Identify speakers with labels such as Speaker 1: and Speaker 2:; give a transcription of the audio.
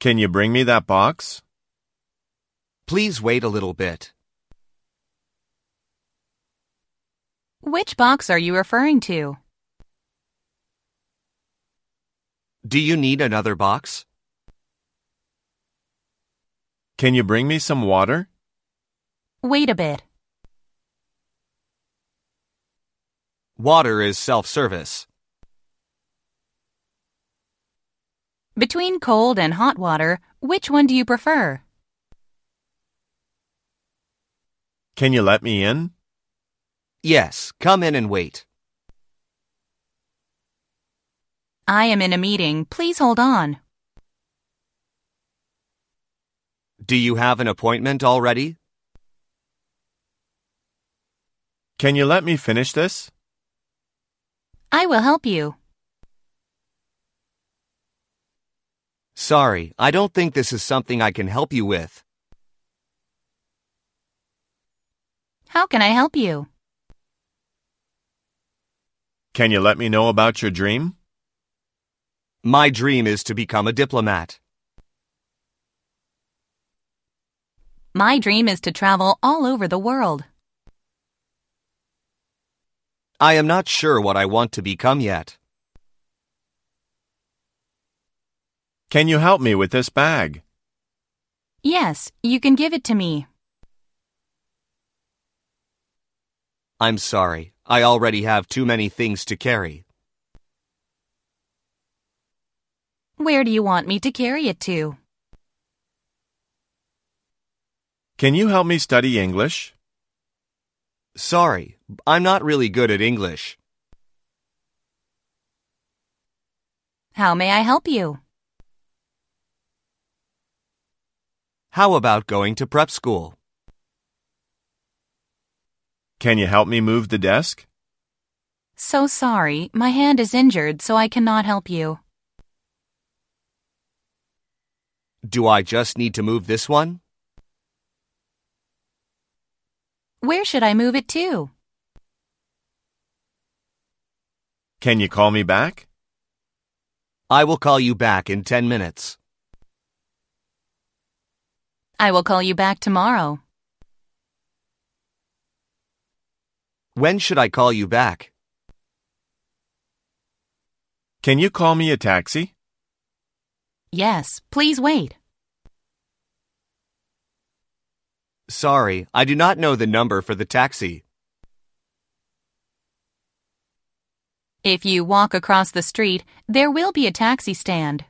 Speaker 1: Can you bring me that box?
Speaker 2: Please wait a little bit.
Speaker 3: Which box are you referring to?
Speaker 2: Do you need another box?
Speaker 1: Can you bring me some water?
Speaker 3: Wait a bit.
Speaker 2: Water is self-service.
Speaker 3: Between cold and hot water, which one do you prefer?
Speaker 1: Can you let me in?
Speaker 2: Yes, come in and wait.
Speaker 3: I am in a meeting. Please hold on.
Speaker 2: Do you have an appointment already?
Speaker 1: Can you let me finish this?
Speaker 3: I will help you.
Speaker 2: Sorry, I don't think this is something I can help you with.
Speaker 3: How can I help you?
Speaker 1: Can you let me know about your dream?
Speaker 2: My dream is to become a diplomat.
Speaker 3: My dream is to travel all over the world.
Speaker 2: I am not sure what I want to become yet.
Speaker 1: Can you help me with this bag?
Speaker 3: Yes, you can give it to me.
Speaker 2: I'm sorry, I already have too many things to carry.
Speaker 3: Where do you want me to carry it to?
Speaker 1: Can you help me study English?
Speaker 2: Sorry, I'm not really good at English.
Speaker 3: How may I help you?
Speaker 2: How about going to prep school?
Speaker 1: Can you help me move the desk?
Speaker 3: So sorry, my hand is injured, so I cannot help you.
Speaker 2: Do I just need to move this one?
Speaker 3: Where should I move it to?
Speaker 1: Can you call me back?
Speaker 2: I will call you back in 10 minutes.
Speaker 3: I will call you back tomorrow.
Speaker 2: When should I call you back?
Speaker 1: Can you call me a taxi?
Speaker 3: Yes, please wait.
Speaker 2: Sorry, I do not know the number for the taxi.
Speaker 3: If you walk across the street, there will be a taxi stand.